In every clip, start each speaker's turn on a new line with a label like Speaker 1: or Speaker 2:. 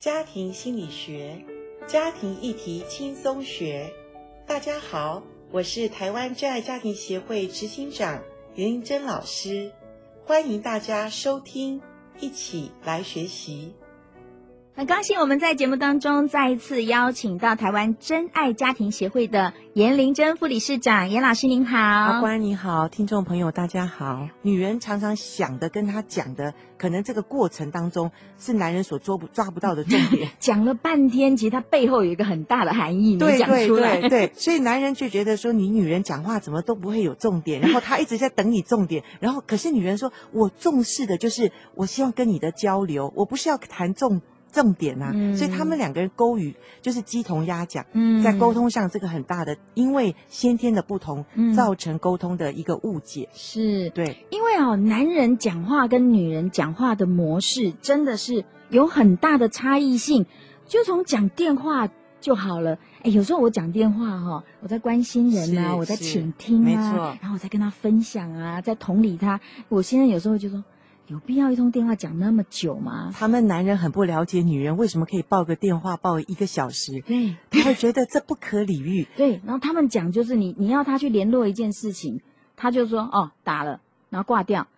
Speaker 1: 家庭心理学，家庭议题轻松学。大家好，我是台湾真爱家庭协会执行长袁英珍老师，欢迎大家收听，一起来学习。
Speaker 2: 很高兴我们在节目当中再一次邀请到台湾真爱家庭协会的严玲珍副理事长，严老师您好。
Speaker 1: 阿啊关你好，听众朋友大家好。女人常常想的跟她讲的，可能这个过程当中是男人所捉不抓不到的重点。
Speaker 2: 讲了半天，其实它背后有一个很大的含义，没
Speaker 1: 对
Speaker 2: 讲
Speaker 1: 对
Speaker 2: 出来。
Speaker 1: 对对，所以男人就觉得说你女人讲话怎么都不会有重点，然后他一直在等你重点，然后可是女人说我重视的就是我希望跟你的交流，我不是要谈重重点啊，
Speaker 2: 嗯
Speaker 1: 所以他们两个人勾语就是鸡同鸭讲，
Speaker 2: 嗯
Speaker 1: 在沟通上这个很大的，因为先天的不同
Speaker 2: 嗯
Speaker 1: 造成沟通的一个误解，
Speaker 2: 是
Speaker 1: 对
Speaker 2: 因为哦，男人讲话跟女人讲话的模式真的是有很大的差异性，就从讲电话就好了。哎，有时候我讲电话哈、哦，我在关心人啊，
Speaker 1: 是
Speaker 2: 我在
Speaker 1: 是
Speaker 2: 倾听啊，
Speaker 1: 没错
Speaker 2: 然后我在跟他分享啊，在同理他。我现在有时候就说，有必要一通电话讲那么久吗？
Speaker 1: 他们男人很不了解女人为什么可以抱个电话抱一个小时，
Speaker 2: 对
Speaker 1: 他会觉得这不可理喻。
Speaker 2: 对，然后他们讲就是你你要他去联络一件事情，他就说哦打了，然后挂掉。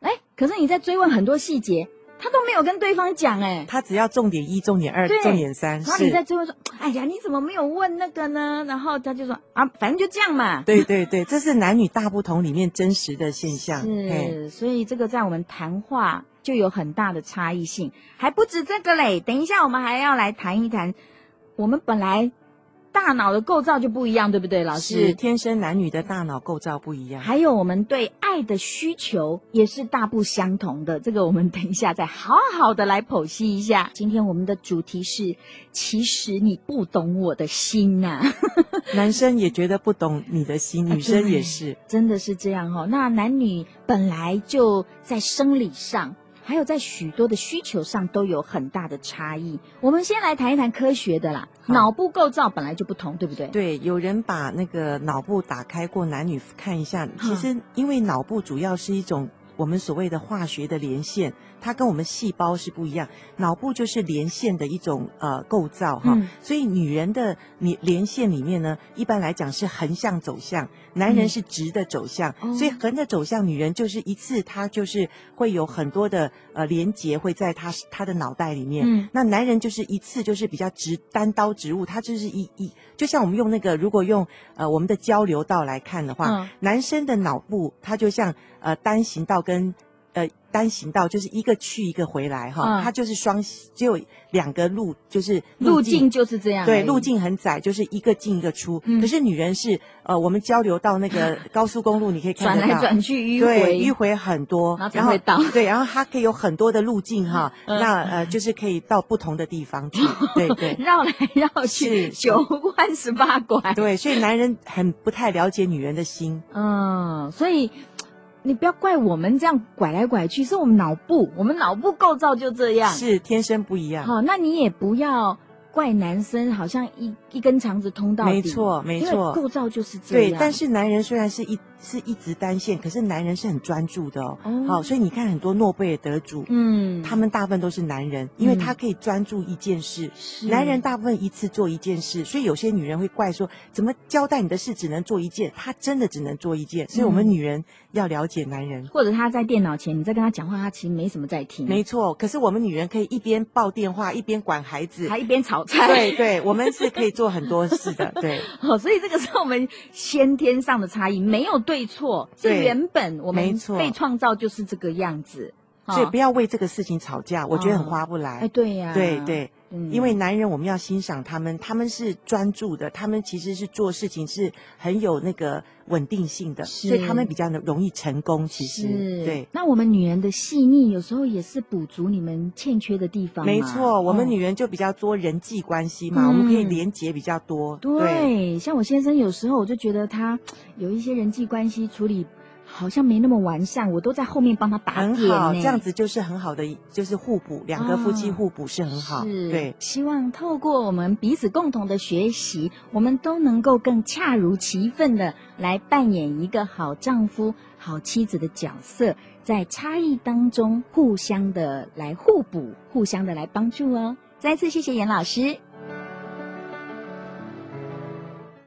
Speaker 2: 哎，可是你在追问很多细节，他都没有跟对方讲哎。
Speaker 1: 他只要重点一、重点二、
Speaker 2: 对
Speaker 1: 重点三，
Speaker 2: 然后你
Speaker 1: 是，
Speaker 2: 在追问说：“哎呀，你怎么没有问那个呢？”然后他就说：“啊，反正就这样 嘛。”
Speaker 1: 对对对，这是男女大不同里面真实的现象。嘿
Speaker 2: 是，所以这个在我们谈话就有很大的差异性，还不止这个嘞。等一下我们还要来谈一谈，我们本来大脑的构造就不一样，对不对，老
Speaker 1: 是
Speaker 2: 师？
Speaker 1: 天生男女的大脑构造不一样。
Speaker 2: 还有我们对爱的需求也是大不相同的，这个我们等一下再好好的来剖析一下。今天我们的主题是：其实你不懂我的心啊呐、
Speaker 1: 男生也觉得不懂你的心，
Speaker 2: 啊
Speaker 1: 女生
Speaker 2: 对
Speaker 1: 也是。
Speaker 2: 真的是这样哦。那男女本来就在生理上，还有在许多的需求上都有很大的差异。我们先来谈一谈科学的啦，
Speaker 1: 好
Speaker 2: 脑部构造本来就不同，对不对？
Speaker 1: 对，有人把那个脑部打开过，男女看一下。
Speaker 2: 嗯
Speaker 1: 其实，因为脑部主要是一种我们所谓的化学的连线，它跟我们细胞是不一样。脑部就是连线的一种呃构造哈。
Speaker 2: 嗯
Speaker 1: 所以女人的你连线里面呢，一般来讲是横向走向，男人
Speaker 2: 嗯
Speaker 1: 是直的走向。
Speaker 2: 哦
Speaker 1: 所以横着走向女人就是一次，她就是会有很多的呃连结会在她她的脑袋里面。
Speaker 2: 嗯
Speaker 1: 那男人就是一次就是比较直单刀直入，他就是一一就像我们用那个如果用呃我们的交流道来看的话，
Speaker 2: 嗯
Speaker 1: 男生的脑部他就像呃单行道跟呃单行道就是一个去一个回来哈，
Speaker 2: 嗯
Speaker 1: 他就是双只有两个路就是
Speaker 2: 路径。就是这样而已。
Speaker 1: 对，路径很窄，就是一个进一个出。
Speaker 2: 嗯
Speaker 1: 可是女人是，呃，我们交流到那 个高速公路，你可以看
Speaker 2: 转
Speaker 1: 得
Speaker 2: 来
Speaker 1: 到，
Speaker 2: 转去，迂
Speaker 1: 对，迂
Speaker 2: 回。
Speaker 1: 回很多，
Speaker 2: 然后才会到
Speaker 1: 对，然后它可以有很多的路径哈，
Speaker 2: 嗯
Speaker 1: 那呃就是可以到不同的地方去，对对
Speaker 2: 绕来绕去，
Speaker 1: 是是
Speaker 2: 九弯十八拐。
Speaker 1: 对，所以男人很不太了解女人的心，
Speaker 2: 嗯，所以你不要怪我们这样拐来拐去，是我们脑部，我们脑部构造就 这样。哦
Speaker 1: 是天生不一样，
Speaker 2: 好、那你也不要怪男生，好像一一根肠子通到底，
Speaker 1: 没，错没
Speaker 2: 因为
Speaker 1: 错，
Speaker 2: 构造就是这样。
Speaker 1: 对，但是男人虽然是一是一直单线，可是男人是很专注的哦，
Speaker 2: 哦
Speaker 1: 好，所以你看很多诺贝尔得主，
Speaker 2: 嗯，
Speaker 1: 他们大部分都是男人，因为
Speaker 2: 嗯
Speaker 1: 他可以专注一件事，
Speaker 2: 是
Speaker 1: 男人大部分一次做一件事，所以有些女人会怪说，怎么交代你的事只能做一件，他真的只能做一件。所以我们女人要了解男人，
Speaker 2: 或者他在电脑前，你在跟他讲话，他其实没什么在听，
Speaker 1: 没错。可是我们女人可以一边抱电话一边管孩子，
Speaker 2: 还一边炒菜。
Speaker 1: 对对，我们是可以做很多事 的，对，
Speaker 2: 哦，所以这个是我们先天上的差异，没有对错，是
Speaker 1: 对
Speaker 2: 原本我
Speaker 1: 没
Speaker 2: 们
Speaker 1: 错
Speaker 2: 被创造就是这个样子。哦
Speaker 1: 所以不要为这个事情吵架，我觉得很划不
Speaker 2: 哎，
Speaker 1: 来。
Speaker 2: 对呀、
Speaker 1: 对对，
Speaker 2: 嗯，
Speaker 1: 因为男人我们要欣赏他们，他们是专注的，他们其实是做事情是很有那个稳定性的，
Speaker 2: 是
Speaker 1: 所以他们比较容易成功。其实
Speaker 2: 是
Speaker 1: 对。
Speaker 2: 那我们女人的细腻，有时候也是补足你们欠缺的地方嘛。
Speaker 1: 没错，我们
Speaker 2: 哦
Speaker 1: 女人就比较多人际关系嘛，
Speaker 2: 嗯
Speaker 1: 我们可以连接比较多。
Speaker 2: 对，像我先生有时候我就觉得他有一些人际关系处理好像没那么完善，我都在后面帮他打
Speaker 1: 很
Speaker 2: 点
Speaker 1: 好，
Speaker 2: 呢
Speaker 1: 这
Speaker 2: 啊
Speaker 1: 样子就是很好的一，就是互补，两个夫妻互补是很好。
Speaker 2: 是，
Speaker 1: 对，
Speaker 2: 希望透过我们彼此共同的学习，我们都能够更恰如其分的来扮演一个好丈夫、好妻子的角色，在差异当中互相的来互补，互相的来帮助哦。再次谢谢严老师。